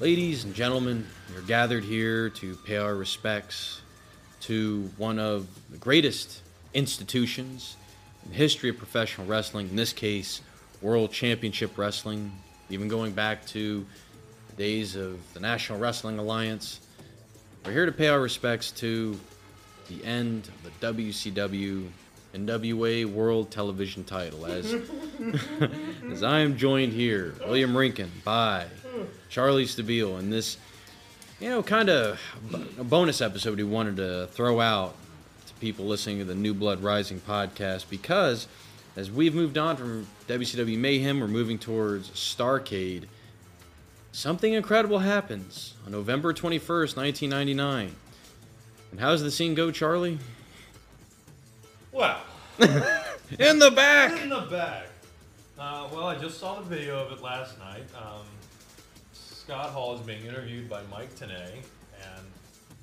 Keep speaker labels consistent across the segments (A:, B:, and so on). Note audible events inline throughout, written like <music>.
A: Ladies and gentlemen, we are gathered here to pay our respects to one of the greatest institutions in the history of professional wrestling, in this case, World Championship Wrestling, even going back to the days of the National Wrestling Alliance. We're here to pay our respects to the end of the WCW NWA World Television title as <laughs> as I am joined here, William Rinkin by Charlie Stabile, and this, you know, kind of a bonus episode we wanted to throw out to people listening to the New Blood Rising podcast because as we've moved on from WCW Mayhem, we're moving towards Starcade. Something incredible happens on November 21st, 1999. And how's the scene go, Charlie?
B: Well,
A: <laughs> In the back!
B: in the back. Uh, well, I just saw the video of it last night. Um, Scott Hall is being interviewed by Mike Tenay, and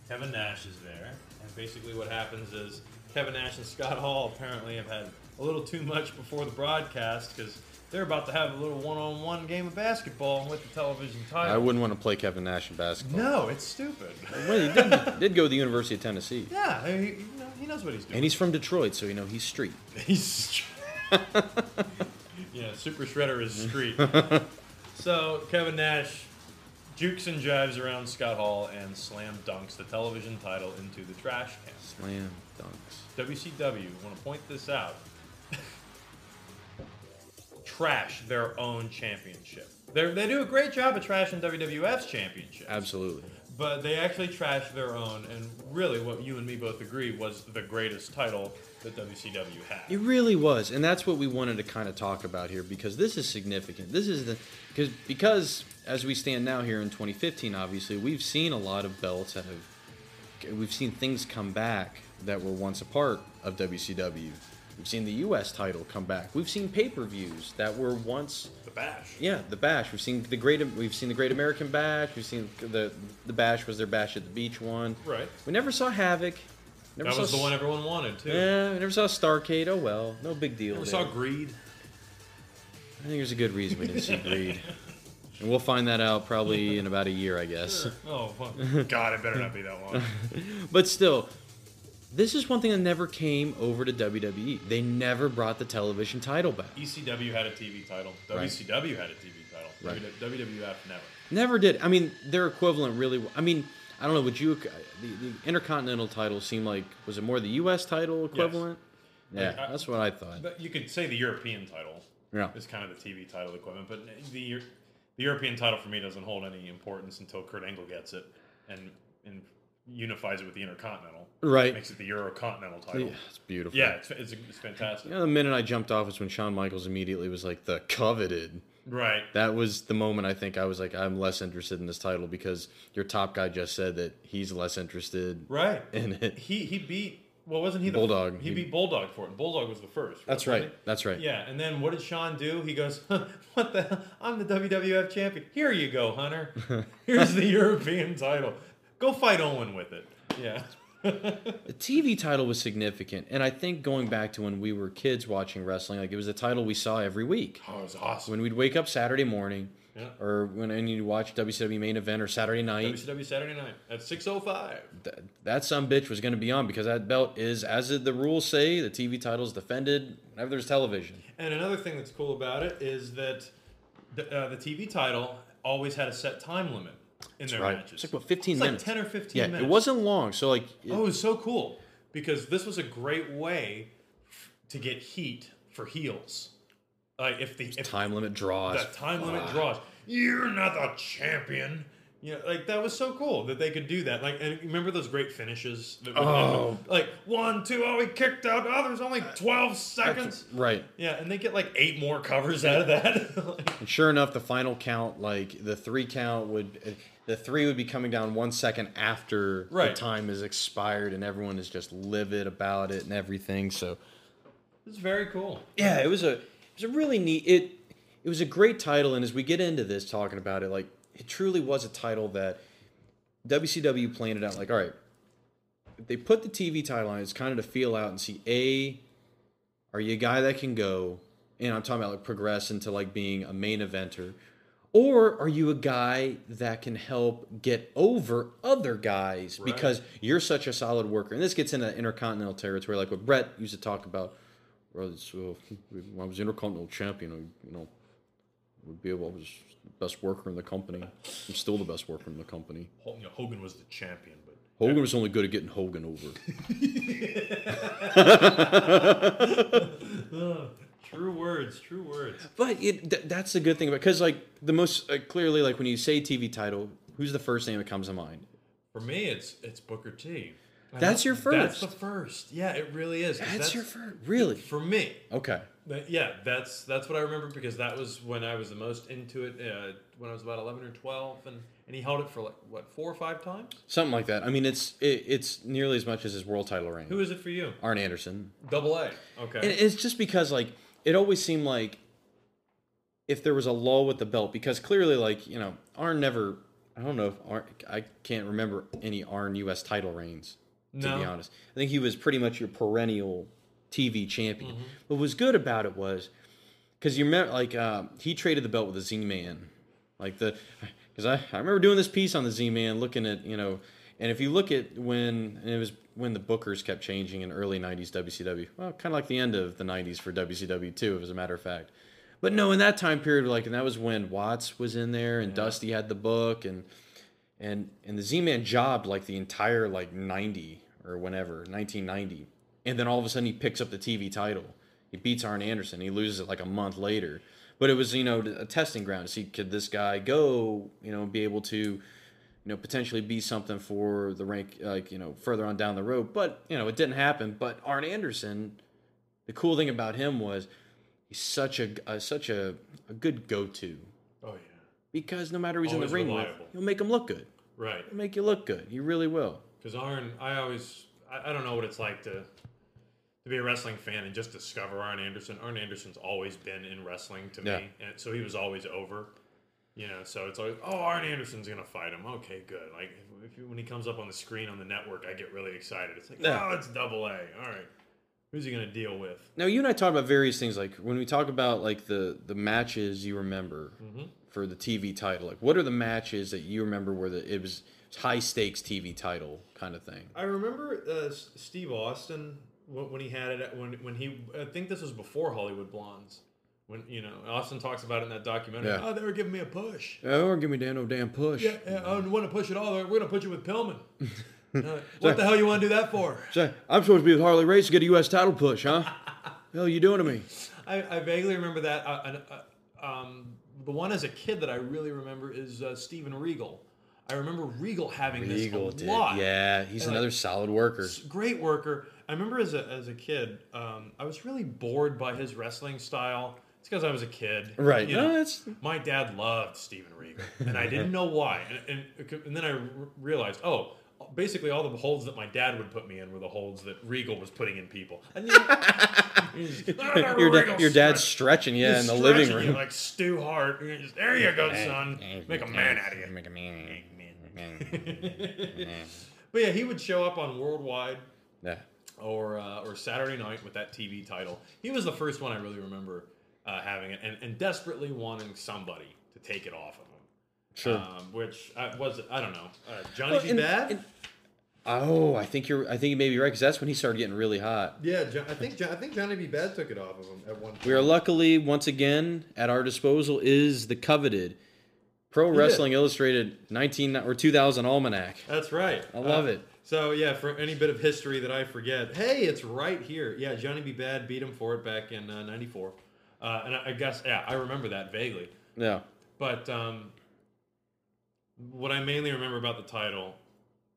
B: Kevin Nash is there. And basically, what happens is Kevin Nash and Scott Hall apparently have had a little too much before the broadcast because they're about to have a little one-on-one game of basketball with the television title.
A: I wouldn't want to play Kevin Nash in basketball.
B: No, it's stupid. <laughs>
A: Well, he did, did go to the University of Tennessee.
B: yeah, he, you know, he knows what he's doing.
A: And he's from Detroit, so you know he's street.
B: He's <laughs> yeah, Super Shredder is street. so Kevin Nash jukes and jives around Scott Hall and slam dunks the television title into the trash can.
A: Slam dunks.
B: WCW want to point this out. <laughs> trash their own championship. They're, they do a great job of trashing WWF's championship,
A: Absolutely.
B: but they actually trash their own. And really, what you and me both agree was the greatest title that WCW had.
A: It really was, and that's what we wanted to kind of talk about here because this is significant. This is the because because as we stand now here in 2015, obviously we've seen a lot of belts that have we've seen things come back that were once a part of WCW. We've seen the U.S. title come back. We've seen pay-per-views that were once
B: the bash.
A: Yeah, the Bash. We've seen the great. We've seen the Great American Bash. We've seen the the Bash was their Bash at the Beach one.
B: Right.
A: We never saw Havoc. Never
B: That
A: saw
B: was the
A: S-
B: one everyone wanted too.
A: Yeah, we never saw Starcade. Oh well, no big deal.
B: Never
A: there.
B: saw greed.
A: I think there's a good reason we didn't see Greed, and we'll find that out
B: <laughs>
A: probably in about a year, I guess.
B: <laughs> Oh fuck. God, it better not be that <laughs> long.
A: But still, this is one thing that never came over to WWE. They never brought the television title back.
B: ECW E had a TV title.
A: Right.
B: WCW had a TV title.
A: Right.
B: WWF never.
A: Never did. I mean, their equivalent really. I mean, I don't know. Would you? uh, The, the Intercontinental title seemed like was it more the U.S. title equivalent?
B: Like,
A: Yeah,
B: I-
A: that's what I thought.
B: But you could say the European title
A: Yeah,
B: is kind of the TV title equivalent, but the the European title for me doesn't hold any importance until Kurt Angle gets it and and unifies it with the Intercontinental.
A: Right.
B: Makes it the Eurocontinental title.
A: Yeah,
B: Yeah,
A: it's beautiful.
B: it's, it's, it's fantastic.
A: You know, the minute I jumped off is when Shawn Michaels immediately was like the coveted.
B: Right.
A: That was the moment I think I was like, I'm less interested in this title because your top guy just said that he's less interested
B: Right.
A: in it.
B: He he beat well wasn't he the
A: Bulldog.
B: He,
A: He-
B: beat Bulldog for it. Bulldog was the first.
A: That's
B: wasn't
A: right.
B: he?
A: That's right.
B: Yeah, and then what did Sean do? He goes, <laughs> "What the? hell? I'm the WWF champion. Here you go,
A: <laughs>
B: Hunter. Here's the European title. Go fight Owen with it." Yeah. <laughs>
A: Oh, The TV title was significant, and I think going back to when we were kids watching wrestling, like it was a title we saw every week.
B: Oh, it was awesome.
A: when we'd wake up Saturday morning,
B: Yeah.
A: or when and you'd watch WCW main event or Saturday night,
B: WCW Saturday Night at 6:05.
A: th- that some bitch was going to be on because that belt is, as the rules say, the TV title's defended whenever there's television.
B: And another thing that's cool about it is that the, uh, the TV title always had a set time limit in their matches.
A: It's like what 15
B: It's like
A: minutes.
B: 10 or 15
A: yeah,
B: minutes.
A: it wasn't long. So like, it-
B: Oh, it was so cool because this was a great way f- to get heat for heels. Like if the if
A: time limit draws.
B: the time limit draws, you're not the champion. You know, like that was so cool that they could do that. Like, and remember those great finishes? That would
A: Oh.
B: happen? like one, two, oh, he kicked out. Oh, there's only twelve seconds.
A: Right.
B: Yeah, and they get like eight more covers out of that. <laughs> Like,
A: And sure enough, the final count, like the three count would, the three would be coming down one second after the
B: Right.
A: time is expired, and everyone is just livid about it and everything. So
B: it's very cool.
A: yeah, it was a it was a really neat it it was a great title and as we get into this talking about it like it truly was a title that WCW planned it out like all right they put the TV title on it's kind of to feel out and see a are you a guy that can go and I'm talking about like progress into like being a main eventer Or are you a guy that can help get over other guys
B: Right.
A: because you're such a solid worker? And this gets into intercontinental territory, like what Brett used to talk about. Well, it's, uh, when I was intercontinental champion, I, you know, would be able. I was the best worker in the company. I'm still the best worker in the company.
B: Hol- you know, Hogan was the champion, but
A: Hogan was only good at getting Hogan over.
B: true words, true words.
A: <laughs> But it, th- that's the good thing about because like the most uh, clearly like when you say TV title, who's the first name that comes to mind?
B: For me, it's it's Booker T. And
A: That's
B: that-
A: your
B: That's
A: first.
B: the first. Yeah, it really is. 'cause
A: That's, your first, really
B: For me,
A: okay.
B: That- yeah, that's that's what I remember because that was when I was the most into it. Uh, when I was about eleven or twelve, and and he held it for like what four or five times.
A: Something like that. I mean, it's it, it's nearly as much as his world title reign.
B: Who is it for you?
A: Arn Anderson.
B: Double A. Okay.
A: And it's just because like it always seemed like if there was a lull with the belt because clearly like you know Arn never. I don't know if Arn. I can't remember any Arn U.S. title reigns. To
B: No.
A: be honest, I think he was pretty much your perennial TV champion. What was good about it was because you remember like uh, he traded the belt with the Z Man, like the because I, I remember doing this piece on the Z Man, looking at you know, and if you look at when and it was when the bookers kept changing in early '90s WCW, well, kind of like the end of the '90s for WCW too, as a matter of fact. But no, in that time period, like, and that was when Watts was in there and Dusty had the book and and and the Z-Man jobbed like the entire like 90 or whenever 1990 and then all of a sudden he picks up the TV title he beats Arn Anderson he loses it like a month later but it was you know a testing ground to see could this guy go you know be able to you know potentially be something for the rank like you know further on down the road but you know it didn't happen but Arn Anderson the cool thing about him was he's such a, a such a, a good go-to
B: oh yeah.
A: because no matter who he's
B: Always
A: in the ring
B: reliable.
A: with he'll make him look good
B: Right.
A: make you look good. You really will.
B: Because Arn, I always, I, I don't know what it's like to to be a wrestling fan and just discover Arn Anderson. Arn Anderson's always been in wrestling to
A: Yeah.
B: me, and so he was always over. You know, so it's always, oh, Arn Anderson's gonna fight him. Okay, good. Like if, if you, when he comes up on the screen on the network, I get really excited. It's like,
A: Yeah.
B: oh, it's Double A. All right, who's he gonna deal with?
A: Now you and I talk about various things, like when we talk about like the the matches you remember
B: Mm-hmm.
A: for the TV title. Like, what are the matches that you remember where the it was high stakes TV title kind of thing?
B: I remember uh, S- Steve Austin wh- when he had it at- when when he I think this was before Hollywood Blondes. When you know Austin talks about it in that documentary.
A: Yeah.
B: Oh, they were giving me a push.
A: Oh, or give me damn no damn push.
B: Yeah, yeah, I don't want to push it all. We're going to push it with
A: <laughs>
B: Pillman. Uh, what the hell you want to do that for?
A: Say, I'm supposed to be with Harley Race to get a U.S. title push,
B: <laughs>
A: huh? hell, you doing to me?
B: I, I vaguely remember that. Uh, and, uh, um, the one as a kid that I really remember is uh, Steven Regal. I remember Regal having
A: Eagle
B: this
A: did.
B: a lot.
A: Yeah, he's
B: And, like,
A: another solid worker.
B: great worker. I remember as a, as a kid, um, I was really bored by his wrestling style. It's because I was a kid,
A: Right.
B: you
A: No,
B: know.
A: that's-
B: my dad loved Steven Regal, and I didn't know why. And, and, and then I r- realized, oh, basically all the holds that my dad would put me in were the holds that Regal was putting in people.
A: <laughs>
B: And you "Ah,
A: your, da- your dad's stretching, yeah, in the living room.
B: like Stu Hart. You're just, there you go, son. Make a man out of you.
A: Make a man.
B: But yeah, he would show up on Worldwide
A: Yeah.
B: or uh, or Saturday night with that TV title. He was the first one I really remember uh, having it, and, and desperately wanting somebody to take it off of him.
A: Sure.
B: Um, which I, was I don't know uh, Johnny
A: Well,
B: B.
A: and-
B: Bad.
A: and- Oh, I think you're. I think you may be right because that's when he started getting really hot.
B: yeah, Jo- I think Jo- I think Johnny B. Bad took it off of him at one point.
A: We are luckily once again at our disposal is the coveted Pro
B: Yeah.
A: Wrestling Illustrated 19 or 2000 almanac.
B: That's right. Uh,
A: I love it.
B: So yeah, for any bit of history that I forget, hey, it's right here. Yeah, Johnny B. Bad beat him for it back in uh, '94, uh, and I, I guess yeah, I remember that vaguely.
A: Yeah,
B: But um, what I mainly remember about the title,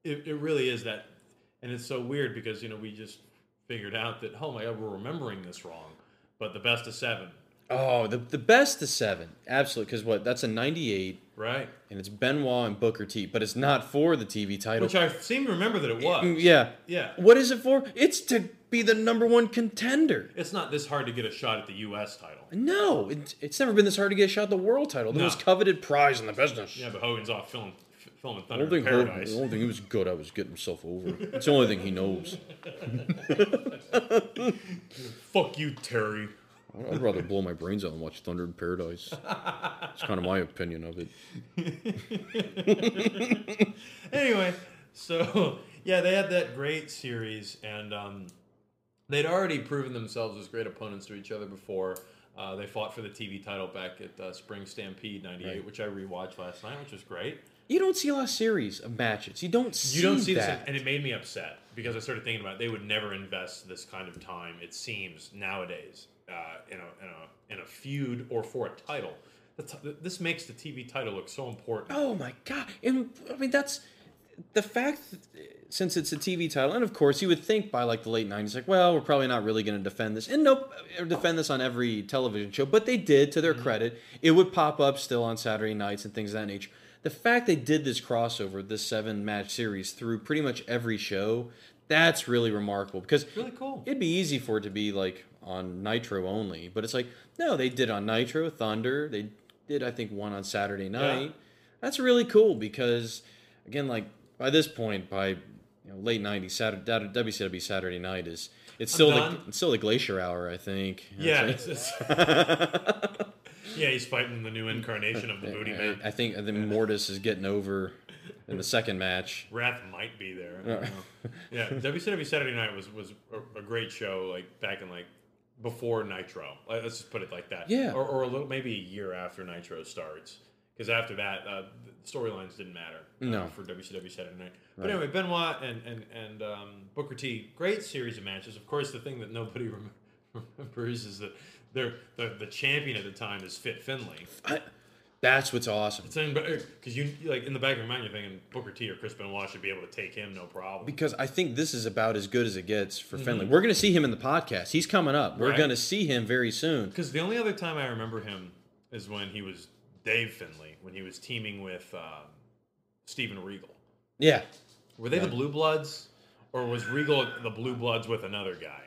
B: it, it really is that, and it's so weird because you know we just figured out that oh my god we're remembering this wrong. But the best of seven,
A: Oh, the the best of seven, absolutely. Because what? That's a 98,
B: right?
A: and it's Benoit and Booker T. But it's not for the TV title. Um,
B: Which I seem to remember that it was.
A: Mm, yeah.
B: Yeah,
A: What is it for? It's to be the number one contender.
B: it's not this hard to get a shot at the U.S. title.
A: No, it, it's never been this hard to get a shot at the world title, the
B: No.
A: most coveted prize in the business.
B: Yeah, but Hogan's off filming f- filming
A: The
B: Thunder
A: only,
B: in
A: thing Hogan-
B: Paradise.
A: the only thing he was good at was getting himself over. It's the only thing he knows.
B: Fuck you, Terry.
A: I'd I'd rather blow my brains out and watch Thunder in Paradise. It's kind of my opinion of it.
B: anyway, so <laughs> yeah, they had that great series, and um, they'd already proven themselves as great opponents to each other before. Uh, they fought for the TV title back at uh, Spring Stampede '98,
A: Right.
B: which I rewatched last night, which was great.
A: You don't see a lot of series of matches. You don't see
B: You don't see this,
A: that.
B: and it made me upset because I started thinking about it. they would never invest this kind of time. It seems nowadays uh, in a in a in a feud or for a title. The t- this makes the TV title look so important.
A: oh my god! And I mean that's the fact. that- since it's a TV title, and of course you would think by like the late '90s, like, well, we're probably not really going to defend this, and nope, uh, defend this on every television show. But they did, to their credit, it would pop up still on Saturday nights and things of that nature. The fact they did this crossover, this seven match series through pretty much every show, that's really remarkable because
B: Really cool.
A: It'd be easy for it to be like on Nitro only, but it's like no, they did on Nitro Thunder. They did I think one on Saturday night. That's really cool because again, like by this point, by you know, late '90s, Saturday WCW Saturday night is it's still the,
B: done.
A: it's still the Glacier Hour, I think. You know,
B: Yeah,
A: it's
B: it's, it's,
A: <laughs>
B: <laughs> yeah, he's fighting the new incarnation of the
A: like-
B: Booty
A: I,
B: Man.
A: I think I think Mortis is getting over in the second match.
B: Wrath might be there. I don't know. <laughs> yeah, WCW Saturday Night was was a, a great show. Like back in like before Nitro. Like, Let's just put it like that.
A: Yeah.
B: or, or a little maybe a year after Nitro starts. Because after that, uh, the storylines didn't matter uh,
A: No.
B: for WCW Saturday Night. But anyway, Benoit and and and um, Booker T, great series of matches. Of course, the thing that nobody <laughs> rem- remembers is that they're, the the champion at the time is Fit Finley.
A: I, that's what's awesome.
B: because er, you like in the back of your mind you're thinking Booker T or Chris Benoit should be able to take him no problem.
A: because I think this is about as good as it gets for Finley. We're going to see him in the podcast. He's coming up. We're
B: Mm-hmm. Right.
A: going to see him very soon.
B: Because the only other time I remember him is when he was Dave Finley when he was teaming with um, Steven Regal.
A: Yeah.
B: Were they the Blue Bloods or was Regal the Blue Bloods with another guy?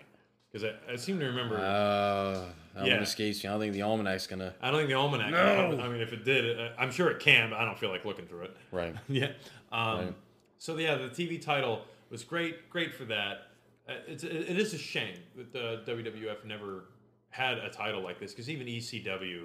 B: Because I, I seem to remember.
A: Uh, that
B: Yeah.
A: one escapes me. I don't think the almanac's going to.
B: I don't think the almanac.
A: No!
B: I mean, if it did, uh, I'm sure it can, but I don't feel like looking through it.
A: Right.
B: <laughs> yeah. Um,
A: Right.
B: So yeah, the TV title was great. Great for that. Uh, it's it, it is a shame that the WWF never had a title like this because even ECW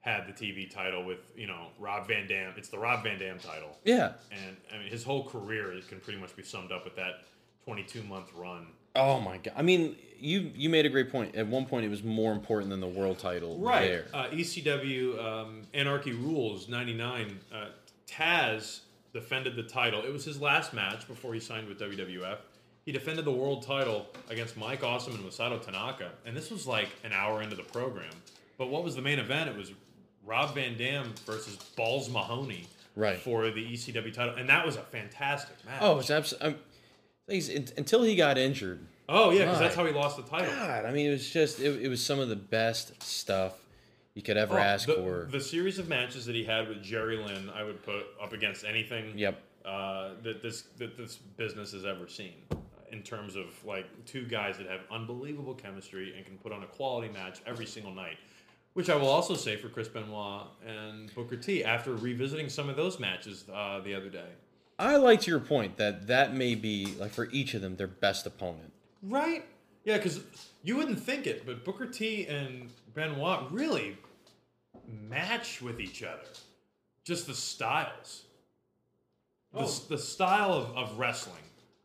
B: had the TV title with you know Rob Van Dam. It's the Rob Van Dam title,
A: Yeah.
B: and I mean his whole career is- can pretty much be summed up with that 22 month run.
A: Oh my god. I mean, you you made a great point. At one point, it was more important than the world title. There.
B: Uh, ECW um, Anarchy Rules 99. Uh, Taz defended the title. It was his last match before he signed with WWF. He defended the world title against Mike Awesome and Masato Tanaka. And this was like an hour into the program. But what was the main event? It was Rob Van Dam versus Balls Mahoney
A: Right.
B: for the ECW title. And that was a fantastic match.
A: Oh, it's absolutely. Until he got injured,
B: oh yeah, because
A: my
B: that's how he lost the title.
A: God, I mean, it was just it, it was some of the best stuff you could ever
B: Oh,
A: ask
B: the,
A: for.
B: The series of matches that he had with Jerry Lynn, I would put up against anything.
A: Yep.
B: Uh, that this that this business has ever seen, uh, in terms of like two guys that have unbelievable chemistry and can put on a quality match every single night. Which I will also say for Chris Benoit and Booker T. After revisiting some of those matches uh, the other day,
A: I liked your point that that may be like for each of them their best opponent.
B: right? Yeah, because you wouldn't think it, but Booker T. and Benoit really match with each other. Just the styles. the,
A: Oh.
B: the style of, of wrestling.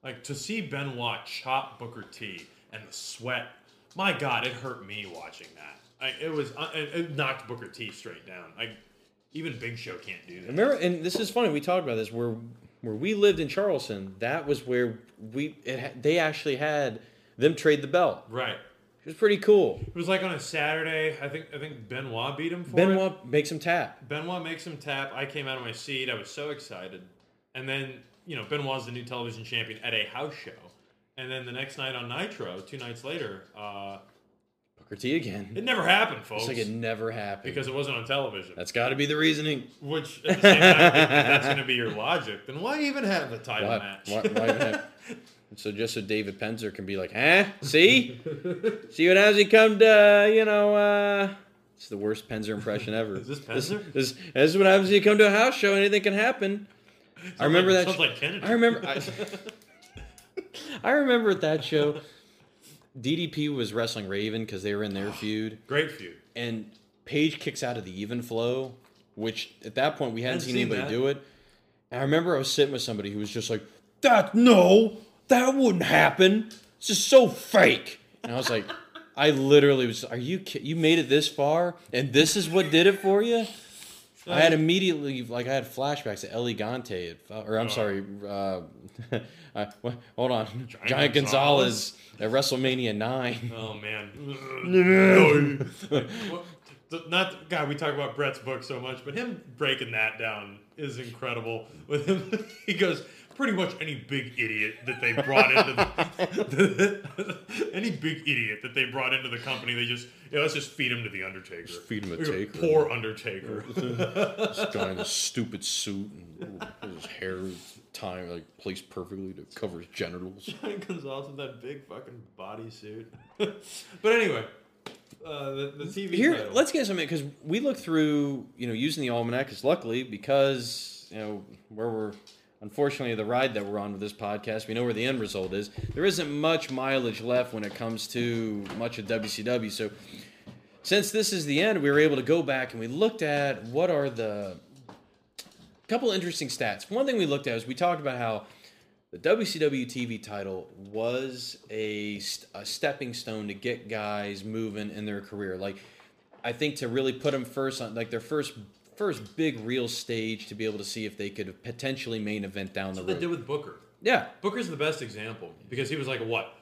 B: Like to see Benoit chop Booker T and the sweat. My God, it hurt me watching that. I, it was uh, it, it knocked Booker T straight down. I even Big Show can't do that.
A: Remember, and this is funny. We talked about this where where we lived in Charleston. That was where we it, ha- they actually had them trade the belt.
B: Right.
A: It was pretty cool.
B: It was like on a Saturday. I think I think Benoit beat him for it.
A: Benoit makes him tap.
B: Benoit makes him tap. I came out of my seat. I was so excited. And then, you know, Benoit's the new television champion at a house show. And then the next night on Nitro, two nights later, uh,
A: Booker T again.
B: it never happened, folks.
A: It's like it never happened.
B: because it wasn't on television.
A: that's got to be the reasoning.
B: Which, at the same time, if that's going to be your logic, then why even have the title
A: Why,
B: match?
A: why, why even
B: <laughs>
A: have- so just so David Penzer can be like, huh?
B: <laughs>
A: See, see what happens? He come to you know. uh It's the worst Penzer impression ever.
B: <laughs> Is this Penzer?
A: This, this, this is what happens when you come to a house show. Anything can happen. I remember that.
B: Sounds like Kennedy.
A: I remember. I, I remember at that show. DDP was wrestling Raven because they were in their feud,
B: Great feud.
A: and Paige kicks out of the even flow, which at that point we hadn't
B: Hadn't
A: seen,
B: seen
A: anybody
B: that.
A: do it. And I remember I was sitting with somebody who was just like, "That no, that wouldn't happen. It's just so fake." And I was like, <laughs> "I literally was. Are you ki- you made it this far, and this is what did it for you?" I had immediately like I had flashbacks to Elegante, at, Fel- or I'm sorry, uh, <laughs> uh, wha- hold on, Giant, Gonzalez.
B: Gonzalez?
A: at WrestleMania nine.
B: Oh man.
A: <laughs>
B: No. What- th- Not God. We talk about Brett's book so much, but him breaking that down is incredible. With him, <laughs> he goes pretty much any big idiot that they brought into the, <laughs> any big idiot that they brought into the company. They just yeah, let's just feed him to the Undertaker. Just
A: feed him a taker.
B: Poor Undertaker. <laughs>
A: This guy in a stupid suit and ooh, his hair time like placed perfectly to cover his genitals.
B: Giant Gonzalez with that big fucking bodysuit. <laughs> but anyway, uh, the, the TV
A: Here,
B: title.
A: let's get something because we look through, you know, using the almanac because luckily because you know where we're. Unfortunately, the ride that we're on with this podcast, we know where the end result is. There isn't much mileage left when it comes to much of WCW. So, since this is the end, we were able to go back and we looked at what are the couple interesting stats. One thing we looked at is we talked about how the WCW TV title was a, st- a stepping stone to get guys moving in their career. Like, I think to really put them first on like their first first big real stage to be able to see if they could potentially main event down the
B: what they
A: road.
B: did with Booker.
A: yeah,
B: Booker's the best example because he was like a what,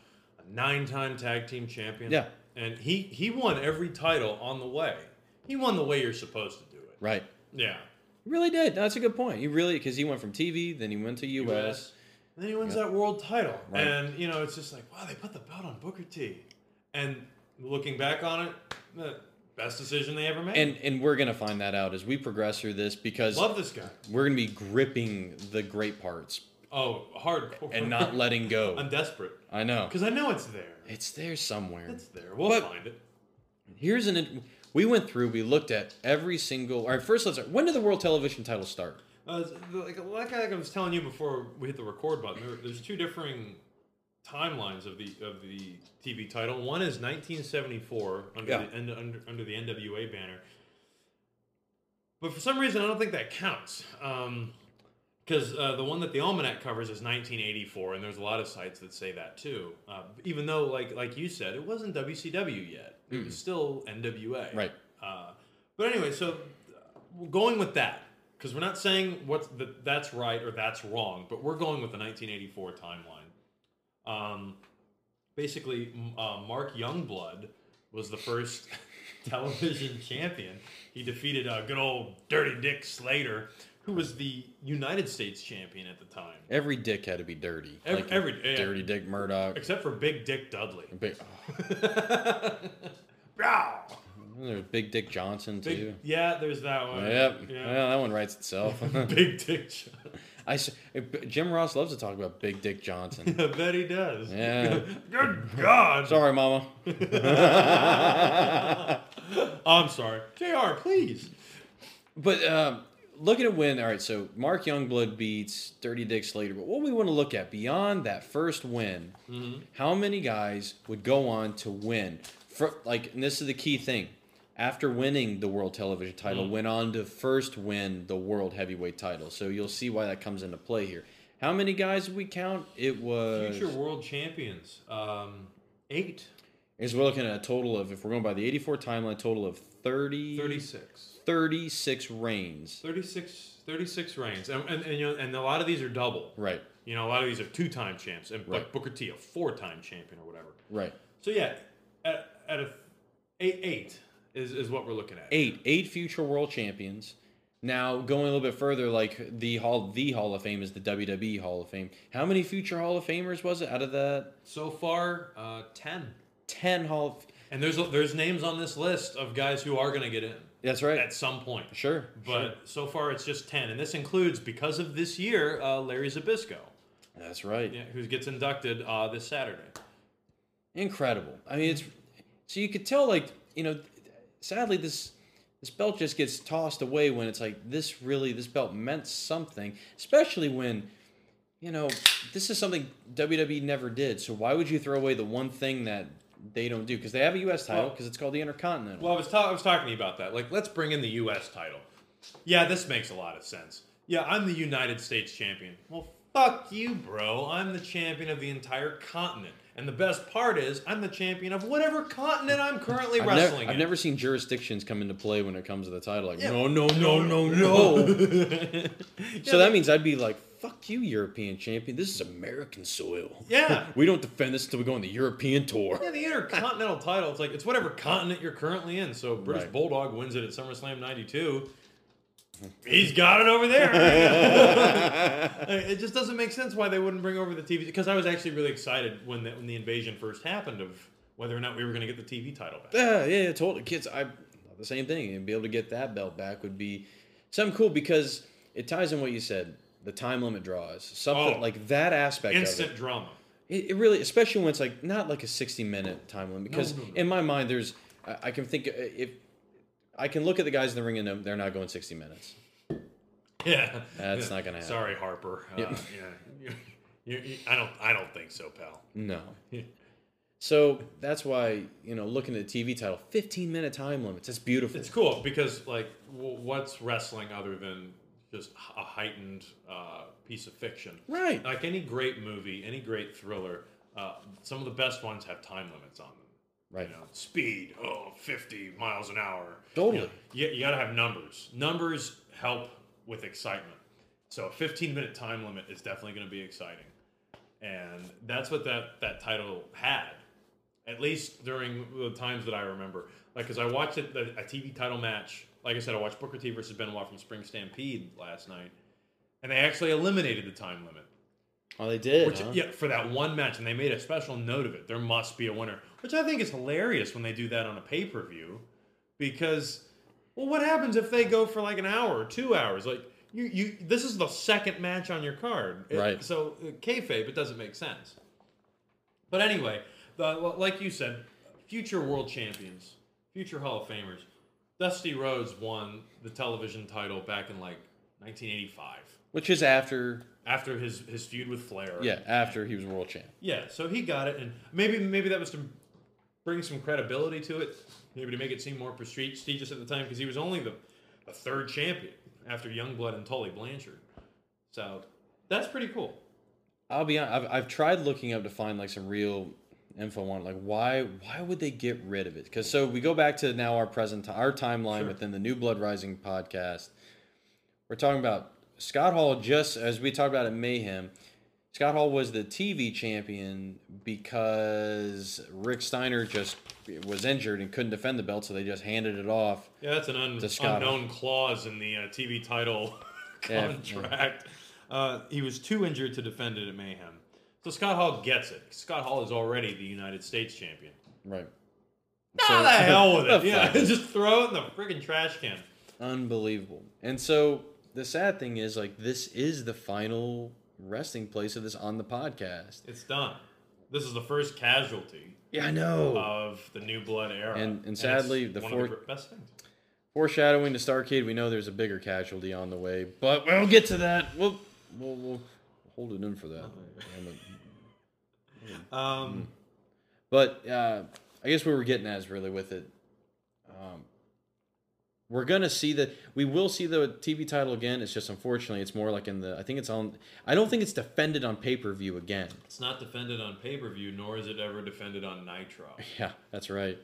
B: a nine-time tag team champion.
A: Yeah.
B: and he he won every title on the way. He won the way you're supposed to do it.
A: right.
B: Yeah,
A: He really did. No, that's a good point. He really because he went from TV, then he went to US.
B: US. And then he wins that world title,
A: Right.
B: and you know it's just like wow, they put the belt on Booker T. And looking back on it, the best decision they ever made.
A: And and we're gonna find that out as we progress through this because
B: love this guy.
A: we're gonna be gripping the great parts
B: Oh, hardcore. <laughs>
A: and not letting
B: I'm
A: go.
B: desperate
A: I know
B: because I know it's there.
A: it's there somewhere.
B: It's there. We'll
A: But-
B: find it.
A: Here's an. int- We went through. We looked at every single. All right, first let's. When did the world television title start?
B: Uh, it's- like, like I was telling you before we hit the record button, there, there's two different timelines of the of the TV title. One is 1974 under
A: Yeah.
B: the under, under, under the NWA banner, but for some reason I don't think that counts. Um, because uh, the one that the almanac covers is 1984, and there's a lot of sites that say that too. Uh, even though, like like you said, it wasn't WCW yet; it was still NWA.
A: Right.
B: Uh, but anyway, so uh, going with that, because we're not saying what's the, that's right or that's wrong, but we're going with the 1984 timeline. Um, basically, m- uh, Mark Youngblood was the first <laughs> television champion. He defeated uh, good old Dirty Dick Slater, who was the United States champion at the time,
A: Every dick had to be dirty.
B: Every- every- yeah.
A: dirty dick Murdoch.
B: except for Big Dick Dudley.
A: Big, oh,
B: Wow.
A: there's Big Dick Johnson too.
B: Big, yeah, there's that one.
A: Yep. <laughs>
B: Yeah.
A: Well, that one writes
B: <laughs>
A: itself.
B: Big Dick. Johnson.
A: I s- Jim Ross loves to talk about Big Dick
B: <laughs>
A: Johnson.
B: I bet he does.
A: Yeah.
B: <laughs> Good God.
A: Sorry, Mama.
B: <laughs> I'm sorry. JR, please.
A: But um, looking at win, all right, so Mark Youngblood beats Dirty Dick Slater. But what we want to look at beyond that first win,
B: Mm-hmm.
A: how many guys would go on to win? For, like, and this is the key thing. After winning the world television title,
B: Mm-hmm.
A: went on to first win the world heavyweight title. So you'll see why that comes into play here. How many guys did we count? It was.
B: Future world champions. Um, eight.
A: Is we're looking at a total of, if we're going by the 84 timeline, total of 30,
B: 36.
A: 36 reigns.
B: 36, 36 reigns. And, and, and, you know, and a lot of these are double.
A: Right,
B: You know, a lot of these are two time champs. And
A: Right.
B: like Booker T, a four time champion or whatever.
A: right.
B: So, yeah, at, at a eight, eight is, is what we're looking at.
A: eight eight future world champions now going a little bit further like the hall the hall of fame is the wwe hall of fame how many future hall of famers was it out of the
B: So far, uh, 10.
A: 10 hall of
B: And there's, there's names on this list of guys who are going to get in
A: that's right
B: at some point.
A: sure
B: But
A: sure.
B: so far, it's just 10. And this includes, because of this year, uh, Larry Zabisco,
A: that's right
B: yeah, who gets inducted uh, this Saturday.
A: incredible i mean it's so you could tell like you know sadly this this belt just gets tossed away when it's like this really this belt meant something especially when E you know this is something wwe never did so why would you throw away the one thing that they don't do because they have a U.S. title
B: Well-
A: because it's called the Intercontinental.
B: Well, I was, ta- I was talking to you about that. Like, let's bring in the U.S. title. Yeah, this makes a lot of sense. Yeah, I'm the United States champion. Well, fuck you, bro. I'm the champion of the entire continent. And the best part is, I'm the champion of whatever continent I'm currently
A: I've, never,
B: wrestling
A: I've
B: in.
A: never seen jurisdictions come into play when it comes to the title. Like,
B: Yeah.
A: no, no, no, no, no. so
B: <laughs>
A: <laughs>
B: Yeah,
A: that means I'd be like, fuck you, European champion. This is American soil. <laughs>
B: Yeah.
A: we don't defend this until we go on the European
B: <laughs>
A: tour.
B: Yeah, the Intercontinental title, it's like it's whatever continent you're currently in. So British
A: Right.
B: Bulldog wins it at
A: <laughs>
B: SummerSlam 92. He's got it over there.
A: <laughs>
B: I mean, it just doesn't make sense why they wouldn't bring over the TV because I was actually really excited when the, when the invasion first happened of whether or not we were going to get the TV title back.
A: Yeah, yeah, totally. Kids, I the same thing, and be able to get that belt back would be something cool because it ties in what you said. The time limit draws something
B: Oh.
A: like that aspect of
B: Instant
A: it.
B: drama. <laughs>
A: it. It really, especially when it's like not like a sixty minute time limit, because
B: no, no.
A: in my mind, there's I, I can think uh, if I can look at the guys in the ring and know they're not going sixty minutes.
B: Yeah,
A: That's not gonna happen.
B: Sorry, Harper. Uh, yeah, <laughs>
A: Yeah.
B: You- you- you- I don't. I don't think so, pal.
A: No. So that's why you know looking at the TV title, fifteen minute time limits. That's beautiful.
B: It's cool because like, w- what's wrestling other than just h- a heightened uh, piece of fiction?
A: Right.
B: Like any great movie, any great thriller, uh, some of the best ones have time limits on them.
A: Right.
B: You know, speed, oh, 50 miles an hour.
A: Totally.
B: You, know, you, you gotta have numbers. Numbers help with excitement. So a 15 minute time limit is definitely gonna be exciting. And that's what that, that title had at least during the times that I remember. Like, because I watched it, the- a TV title match. Like I said, I watched Booker T versus Benoit from Spring Stampede last night, and they actually eliminated the time limit.
A: Oh, they did.
B: Which,
A: huh?
B: yeah, for that one match, and they made a special note of it. There must be a winner, which I think is hilarious when they do that on a pay per view, because, well, what happens if they go for like an hour or two hours? Like, you, you, this is the second match on your card, It-
A: Right.
B: So uh, kayfabe, it doesn't make sense. But anyway, the, like you said, future world champions, future Hall of Famers, Dusty Rhodes won the television title back in like 1985
A: Which is after
B: after his his feud with Flair.
A: yeah after he was world champ.
B: Yeah, so he got it, and maybe maybe that was to bring some credibility to it, maybe to make it seem more prestigious at the time, because he was only the, the third champion after Youngblood and Tully Blanchard. So that's pretty cool.
A: I'll be honest. I've, I've tried looking up to find like some real info on it. like why why would they get rid of it? Because so we go back to now our present ti- our timeline
B: Sure.
A: within the New Blood Rising podcast. We're talking about Scott Hall. Just as we talked about at Mayhem, Scott Hall was the TV champion because Rick Steiner just was injured and couldn't defend the belt, so they just handed it off.
B: Yeah, that's an un-
A: To Scott.
B: unknown clause in the uh, TV title <laughs>
A: Yeah.
B: contract. Uh, he was too injured to defend it at Mayhem. So Scott Hall gets it. Scott Hall is already the United States champion.
A: Right.
B: Ah, the hell with
A: <laughs>
B: it.
A: The
B: Yeah, <laughs>
A: fuck.
B: just throw it in the friggin' trash can.
A: unbelievable. And so the sad thing is, like, this is the final resting place of this on the podcast.
B: It's done. This is the first casualty
A: Yeah, I know.
B: of the new blood era,
A: And- and
B: it's
A: sadly, the
B: one of
A: fourth-
B: the gr- best things.
A: Foreshadowing to Starcade, we know there's a bigger casualty on the way, but we'll get to that. We'll we'll, we'll hold it in for <laughs> that. Hmm.
B: Um,
A: But uh, I guess we were getting at is really with it. Um, we're gonna see that we will see the TV title again. It's just unfortunately, it's more like in the. I think it's on. I don't think it's defended on pay per view again.
B: it's not defended on pay per view, nor is it ever defended on Nitro,
A: Yeah, that's right.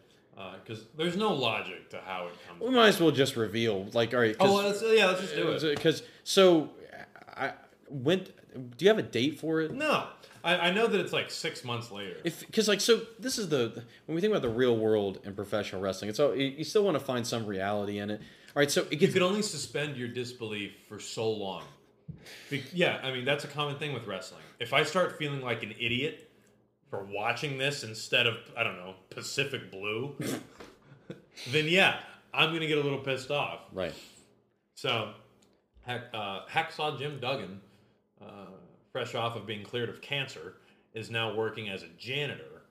B: because there's no logic to how it comes.
A: We might as well just reveal, like, all right.
B: oh, well, let's, yeah, let's just do it.
A: Because so, I went. Do you have a date for it?
B: No, I, I know that it's like six months later.
A: If because like so, this is the when we think about the real world and professional wrestling. It's all you you still want to find some reality in it. All right, so it
B: you
A: gets
B: can only suspend your disbelief for so long. Be- yeah, I mean that's a common thing with wrestling. If I start feeling like an idiot for watching this instead of I don't know Pacific Blue, then yeah, I'm gonna get a little pissed off.
A: <laughs> right.
B: So, Hack, uh, hacksaw Jim Duggan, uh, fresh off of being cleared of cancer, is now working as a janitor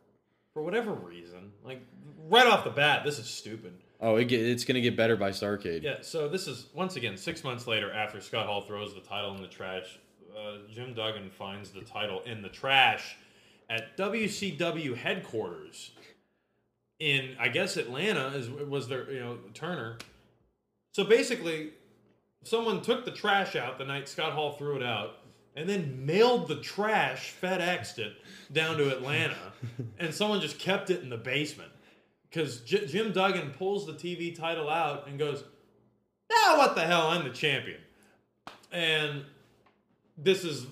B: for whatever reason. Like right off the bat, this is stupid.
A: Oh, it get, it's gonna get better by Starcade.
B: Yeah, so this is once again six months later after Scott Hall throws the title in the trash. Uh, Jim Duggan finds the title in the trash at WCW headquarters in I guess Atlanta is was their you know Turner. So basically, someone took the trash out the night Scott Hall threw it out, and then mailed the trash, FedExed it down to Atlanta, and someone just kept it in the basement because J- Jim Duggan pulls the TV title out and goes, "Ah, what the hell? I'm the champion." And this is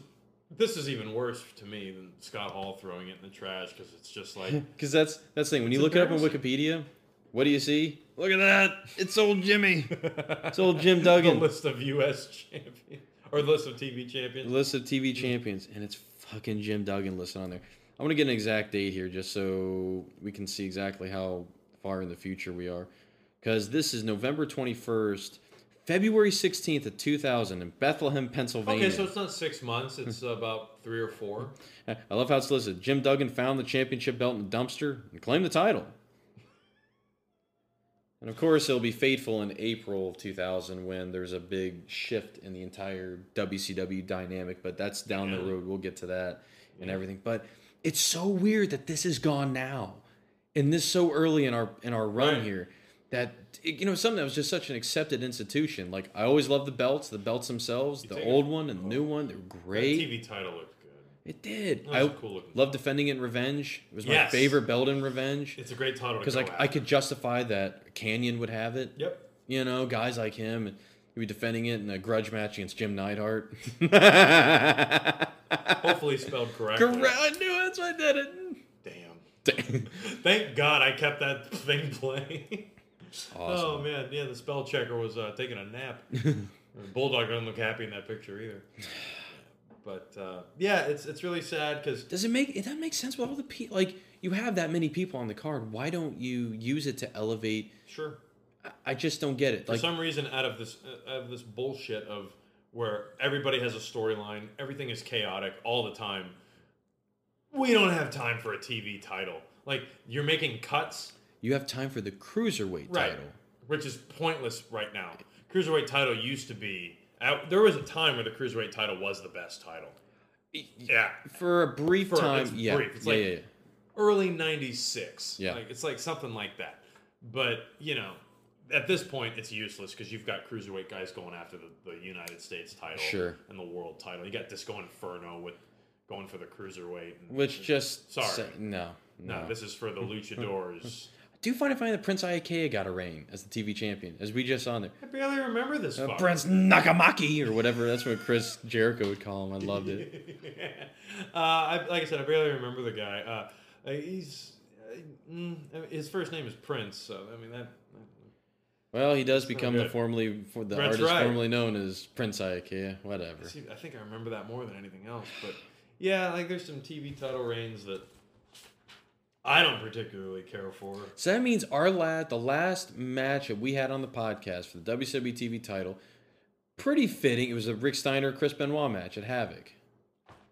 B: this is even worse to me than Scott Hall throwing it in the trash because it's
A: <laughs>
B: just like.
A: Because that's that's the thing. When you look it up on Wikipedia, what do you see? Look at that! It's old Jimmy. it's old
B: <laughs>
A: Jim
B: The
A: Duggan.
B: list of <laughs> U.S. champions or list of TV champions.
A: list of TV champions, and it's fucking Jim Duggan listed on there. I'm gonna get an exact date here, just so we can see exactly how far in the future we are, because this is November 21st, February 16th of 2000 in Bethlehem, Pennsylvania.
B: Okay, so it's not six months;
A: Hmm.
B: it's about three or four.
A: I love how it's listed. Jim Duggan found the championship belt in a dumpster and claimed the title. And of course, it'll be fateful in April of 2000 when there's a big shift in the entire WCW dynamic, but that's down the
B: Yeah.
A: road. We'll get to that and everything. But it's so weird that this is gone now. And this so early in our in our run
B: Right.
A: here that it- you know something that was just such an accepted institution. Like I always loved the belts, the belts themselves, the
B: take
A: old one and the new one, they're great.
B: The TV title looked good.
A: It did.
B: That
A: I
B: was a cool looking
A: love defending it in Revenge. It was my
B: Yes.
A: favorite belt in Revenge
B: It's a great title
A: because
B: because
A: like I could justify that Canyon would have it.
B: Yep.
A: You know, guys like him, and he'd be defending it in a grudge match against Jim
B: <laughs>
A: Neidhart. <laughs>
B: Hopefully spelled correctly.
A: Correct. I knew it, that's why I did it.
B: Damn.
A: Dang.
B: Thank God I kept that thing playing.
A: Awesome.
B: Oh man, yeah, the spell checker was uh, taking
A: <laughs>
B: a nap. Bulldog doesn't look happy in that picture either. But uh, yeah, it's it's really sad because
A: Does it make it doesn't make sense with all the people? Like you have that many people on the card. Why don't you use it to elevate?
B: sure,
A: I- I just don't get it.
B: for
A: Like
B: some reason, out of this uh, out of this bullshit of where everybody has a storyline, everything is chaotic all the time. We don't have time for a TV title. Like you're making cuts
A: you have time for the cruiserweight
B: right,
A: title.
B: which is pointless right now. Cruiserweight title used to be. out there was a time where the cruiserweight title was the best title. Yeah,
A: For a brief
B: For-
A: time,
B: it's
A: yeah,
B: brief. It's
A: yeah,
B: like-
A: yeah, yeah.
B: early 96
A: Yeah.
B: like it's like something like that but you know at this point it's useless because you've got cruiserweight guys going after the, the united states title
A: Sure.
B: and the world title you got disco inferno with going for the cruiserweight and,
A: Which just
B: Sorry.
A: sa- no, no.
B: no this
A: <laughs>
B: is for the luchadors
A: I do find it funny that Prince Iakea got a reign as the TV champion, as we just saw on there.
B: i barely remember this
A: Uh,
B: fuck.
A: Prince Nakamaki or whatever. That's what Chris Jericho would call him. I loved it.
B: <laughs> uh, I, like I said, I barely remember the guy. Uh, uh, he's uh, mm, uh, his first name is Prince, so I mean that.
A: Well, he does become the
B: good.
A: formerly for the
B: That's
A: artist
B: right.
A: formerly known as Prince Iakea. Whatever.
B: See, I think I remember that more than anything else. But yeah, like there's some TV title reigns that I don't particularly care for.
A: So that means our last, the last match that we had on the podcast for the WWE TV title, pretty fitting. It was a Rick Steiner Chris Benoit match at Havoc.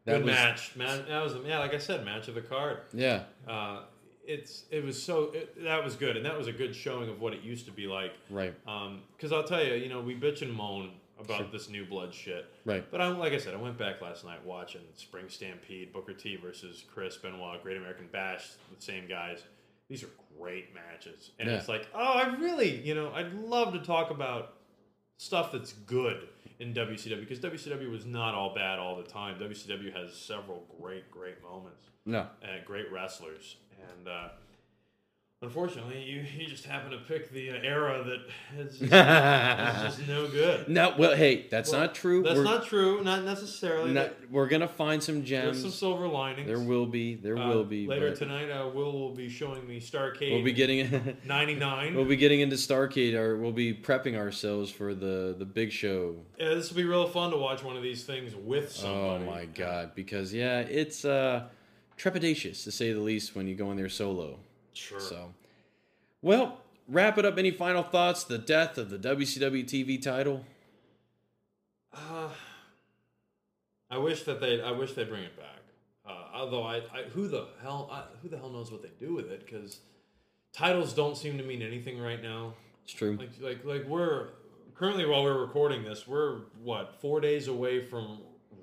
B: Good match, man. That was yeah, like I said, match of the card.
A: Yeah.
B: Uh, it's it was so it, that was good, and that was a good showing of what it used to be like.
A: Right.
B: Because I'll tell you, you know, we bitch and moan about this new blood shit.
A: Right.
B: But I, like I said, I went back last night watching Spring Stampede, Booker T versus Chris Benoit, Great American Bash, the same guys. These are great matches, and
A: Yeah.
B: it's like, oh, I really, you know, I'd love to talk about stuff that's good in WCW because WCW was not all bad all the time. WCW has several great, great moments <laughs>
A: No.
B: and great wrestlers. And uh, unfortunately, you, <laughs> you just happen to pick the uh, era that is just, <laughs> is just no good.
A: No, well, hey, that's
B: Well,
A: not true.
B: That's
A: We're-
B: not true, not necessarily.
A: No,
B: but
A: we're gonna find some
B: There's some
A: gems.
B: silver linings.
A: There will be. There
B: Uh,
A: will be.
B: later
A: but
B: tonight. Uh, Will will be showing me Starcade
A: We'll be getting. <laughs>
B: '99.
A: we'll be getting into Starcade. Or we'll be prepping ourselves for the the big show.
B: yeah, this will be real fun to watch one of these things with somebody.
A: Oh my god! Because yeah, it's uh trepidatious to say the least when you go in there solo.
B: Sure.
A: So, well, wrap it up. Any final thoughts? The death of the WCW TV title.
B: Uh, I wish that they. I wish they bring it back. Uh, although I, I, who the hell, I, who the hell knows what they do with it? Because titles don't seem to mean anything right now.
A: It's true.
B: Like, like, like we're currently while we're recording this, we're what four days away from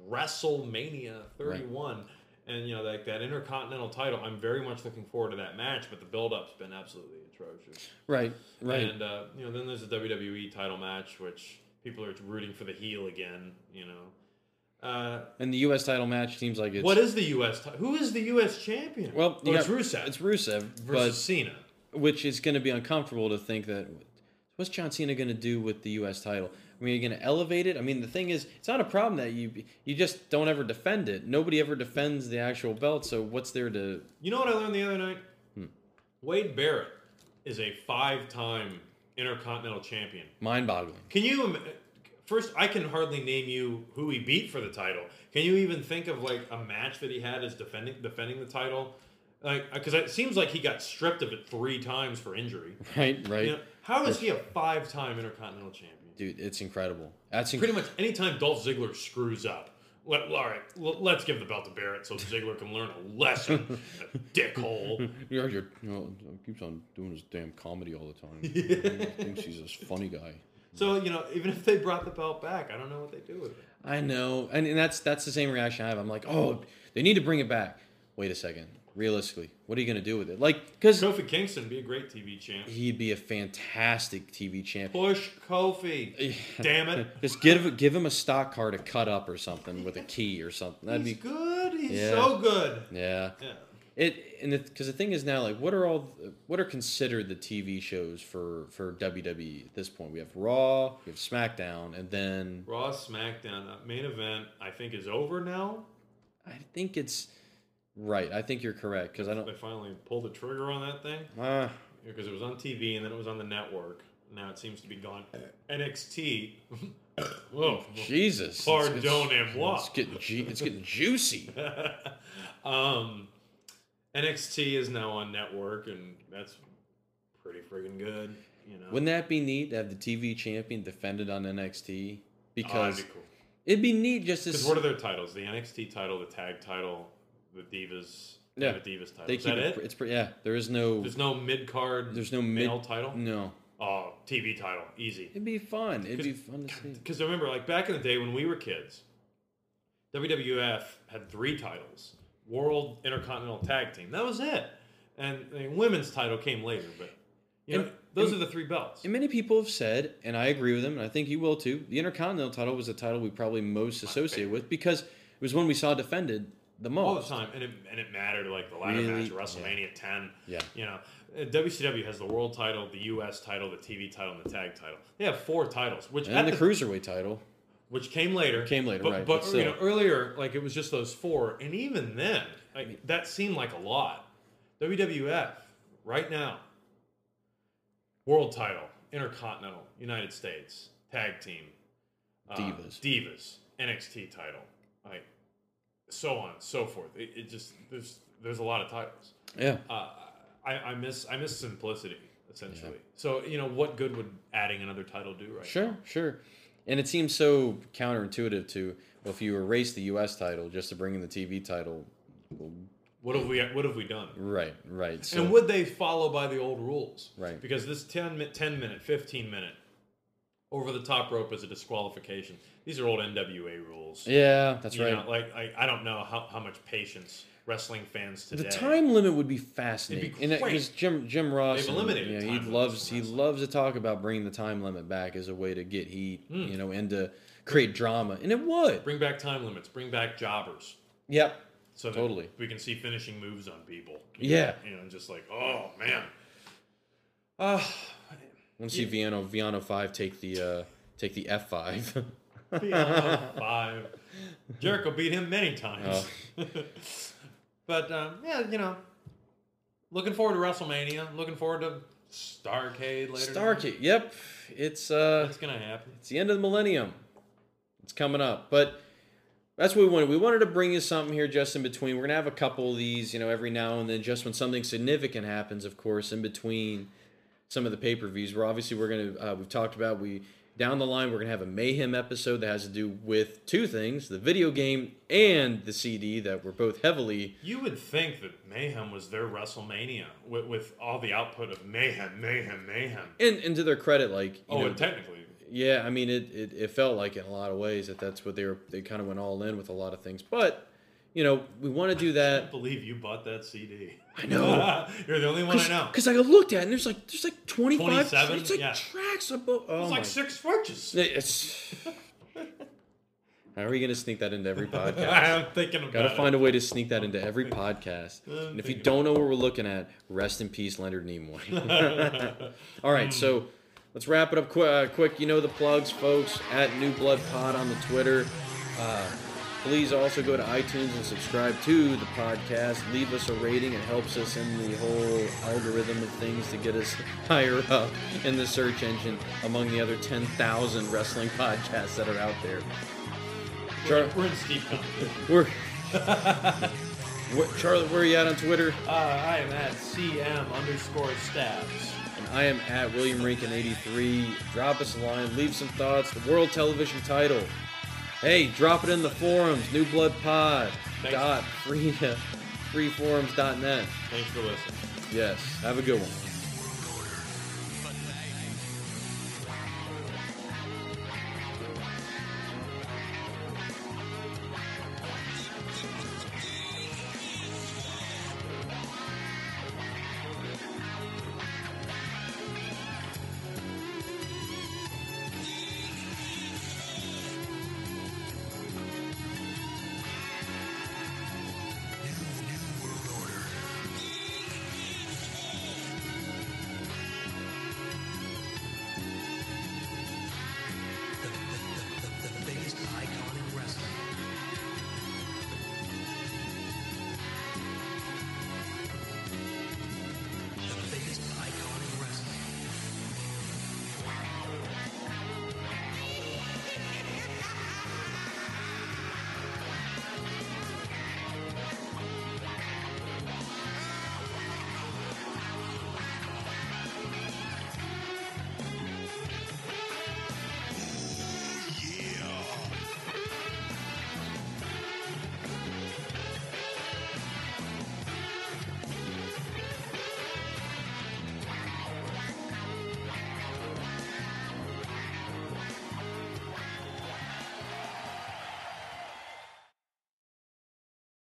B: WrestleMania 31, And you know, like that Intercontinental title, I'm very much looking forward to that match. But the build-up's been absolutely atrocious.
A: Right, right.
B: And uh, you know, then there's a WWE E title match, which people are rooting for the heel again. You know, uh,
A: And the U.S. title match seems like it's
B: what is the U.S. Ti- who is the U.S. champion? Oh,
A: well, you
B: it's
A: got-
B: Rusev
A: It's Rusev,
B: versus Cena.
A: but which is going to be uncomfortable to think that. What's John Cena going to do with the U.S. title? I mean, are you going to elevate it? I mean, the thing is, it's not a problem that you you just don't ever defend it. Nobody ever defends the actual belt, so what's there to?
B: You know what I learned the other night? Wade Barrett is a five-time Intercontinental champion.
A: Mind-boggling. <laughs>
B: Can you? im- First, I can hardly name you who he beat for the title. Can you even think of like a match that he had as defending defending the title? Like, because it seems like he got stripped of it three times for injury.
A: Right, right.
B: You know, how is he a five-time Intercontinental champion?
A: Dude, it's incredible. That's inc-
B: Pretty much anytime Dolph Ziggler screws up, let, all right, l- let's give the belt to Barrett so Ziggler can learn a lesson, <laughs> a dickhole.
A: You're, you're, you know, keeps on doing his damn comedy all the <laughs> time. he thinks he's this funny guy.
B: So you know, even if they brought the belt back, I don't know what they do with it.
A: I know, and, and that's that's the same reaction I have. I'm like, oh, they need to bring it back. Wait a second. Realistically, what are you gonna do with it? Like, because
B: Kofi Kingston be a great TV champ.
A: he'd be a fantastic TV champion.
B: Push
A: <laughs>
B: Kofi, damn it.
A: Just give give him a stock car to cut up or something with a key or something. That'd
B: He's
A: be
B: good. He's
A: Yeah.
B: so good.
A: yeah.
B: Yeah.
A: It and because the thing is now, like, what are all what are considered the TV shows for for WWE at this point? We have Raw, we have SmackDown, and then
B: Raw SmackDown uh, main event I think is over now.
A: I think it's right. I think you're correct because I
B: They
A: don't.
B: finally pulled the trigger on that thing
A: Uh,
B: because it was on TV and then it was on the network. Now it seems to be gone. NXT. <coughs> Whoa. <laughs>
A: Jesus, It's-
B: Pardon
A: it's-
B: et moi.
A: It's getting ju- it's getting
B: <laughs>
A: juicy.
B: um, NXT is now on network and that's pretty friggin' good. You know.
A: Wouldn't that be neat to have the TV champion defended on NXT?
B: Oh, that'd
A: Because
B: be cool.
A: it'd be neat just to
B: Because
A: s-
B: what are their titles? The NXT title, the tag title, the Divas,
A: Yeah.
B: the Divas title.
A: they
B: is
A: keep
B: that it?
A: It's pre- yeah. There is no
B: There's no mid card.
A: there's no
B: male
A: mid Mm.
B: title.
A: no.
B: Oh, TV title, easy.
A: It'd be fun. It'd be
B: Cause-
A: fun to see.
B: Because remember, like back in the day when we were kids, WWF had three titles: World Intercontinental Tag Team. That was it. And the women's title came later, but you know,
A: And-
B: those
A: and-
B: are the three belts.
A: And many people have said, and I agree with them, and I think you will too. The Intercontinental title was the title we probably most associate with because it was one we saw defended the
B: all the
A: most.
B: time, and it, and it mattered like the ladder
A: Oh. Really?
B: match, WrestleMania ten.
A: Yeah.
B: you know, Uh, WCW has the world title, the U.S. title, the TV title, and the tag title. They have four titles, which at
A: and the
B: the-
A: cruiserweight title.
B: which came later,
A: Came later,
B: but,
A: right, but
B: But, you
A: still.
B: know, earlier, like it was just those four, and even then, like that seemed like a lot. WWF right now, world title, Intercontinental, United States, tag team, uh,
A: Divas.
B: Divas, NXT title, like so on, so forth. It, it just there's there's a lot of titles.
A: Yeah.
B: Uh, I, I miss I miss simplicity essentially. So you know what good would adding another title do right?
A: Sure, sure. And it seems so counterintuitive to well, if you erase the U.S. title just to bring in the TV title. well,
B: What have we What have we done?
A: right, right. So
B: and would they follow by the old rules?
A: Right.
B: Because this 10, mi- 10 minute, 15 minute over the top rope is a disqualification. These are old NWA rules.
A: yeah, that's
B: You
A: right.
B: know, like, I, I don't know how, how much patience wrestling fans today.
A: the time limit would be fascinating.
B: It'd be
A: And because Jim Jim Ross,
B: They've
A: and,
B: eliminated
A: you know,
B: time
A: he
B: limits
A: loves
B: from
A: he loves to talk about bringing the time limit back as a way to get heat,
B: Hmm.
A: you know, and to create drama, and it would.
B: Bring back time limits. Bring back jobbers.
A: Yep.
B: So that
A: Totally.
B: we can see finishing moves on people.
A: Yeah.
B: You know, and just like, oh, man. Uh,
A: Let's see Viano Viano five take the uh, take the F five.
B: five. Jericho beat him many times.
A: Oh.
B: <laughs> but um, yeah, you know, looking forward to WrestleMania. Looking forward to Starcade later.
A: Starkey. Yep. It's uh,
B: That's gonna happen.
A: It's the end of the millennium. It's coming up. But that's what we wanted. We wanted to bring you something here just in between. We're going to have a couple of these, you know, every now and then, just when something significant happens, of course, in between some of the pay per views. We're obviously, we're going to, uh, we've talked about, we, down the line, we're going to have a Mayhem episode that has to do with two things the video game and the CD that we're both heavily.
B: You would think that Mayhem was their WrestleMania with, with all the output of Mayhem, Mayhem, Mayhem.
A: And, and to their credit, like, you
B: Oh,
A: know,
B: and technically,
A: Yeah, I mean, it, it, it felt like in a lot of ways that that's what they were. They kind of went all in with a lot of things, but you know, we want to do
B: I can't
A: that.
B: believe you bought that CD.
A: I know.
B: <laughs> You're the only one I know.
A: Because I looked at it and there's like there's like 25
B: 27?
A: it's like
B: Yeah.
A: tracks above. Oh
B: It's
A: my
B: like six switches.
A: It's, <laughs> how are we going to sneak that into
B: <laughs>
A: every podcast?
B: I'm thinking about
A: Got to
B: it.
A: find a way to sneak that into every podcast. And if you don't know what we're looking at, rest in peace, Leonard Nimoy. <laughs> All right, so let's wrap it up qu- uh, quick. You know the plugs, folks, at New Blood Pod on the Twitter. Uh, please also go to iTunes and subscribe to the podcast. Leave us a rating. It helps us in the whole algorithm of things to get us <laughs> higher up in the search engine among the other 10,000 wrestling <laughs> podcasts that are out there. Char-
B: We're in steep competition.
A: we're, <laughs> Where- Charlotte, where are you at on Twitter?
B: Uh, I am at CM underscore stabs.
A: And I am at William Rankin83. Drop us a line, leave some thoughts. The world television title. Hey, drop it in the forums. New Blood Pod. <laughs>
B: Thanks.
A: Dot free, freeforums.net.
B: Thanks for listening.
A: Yes, have a good one.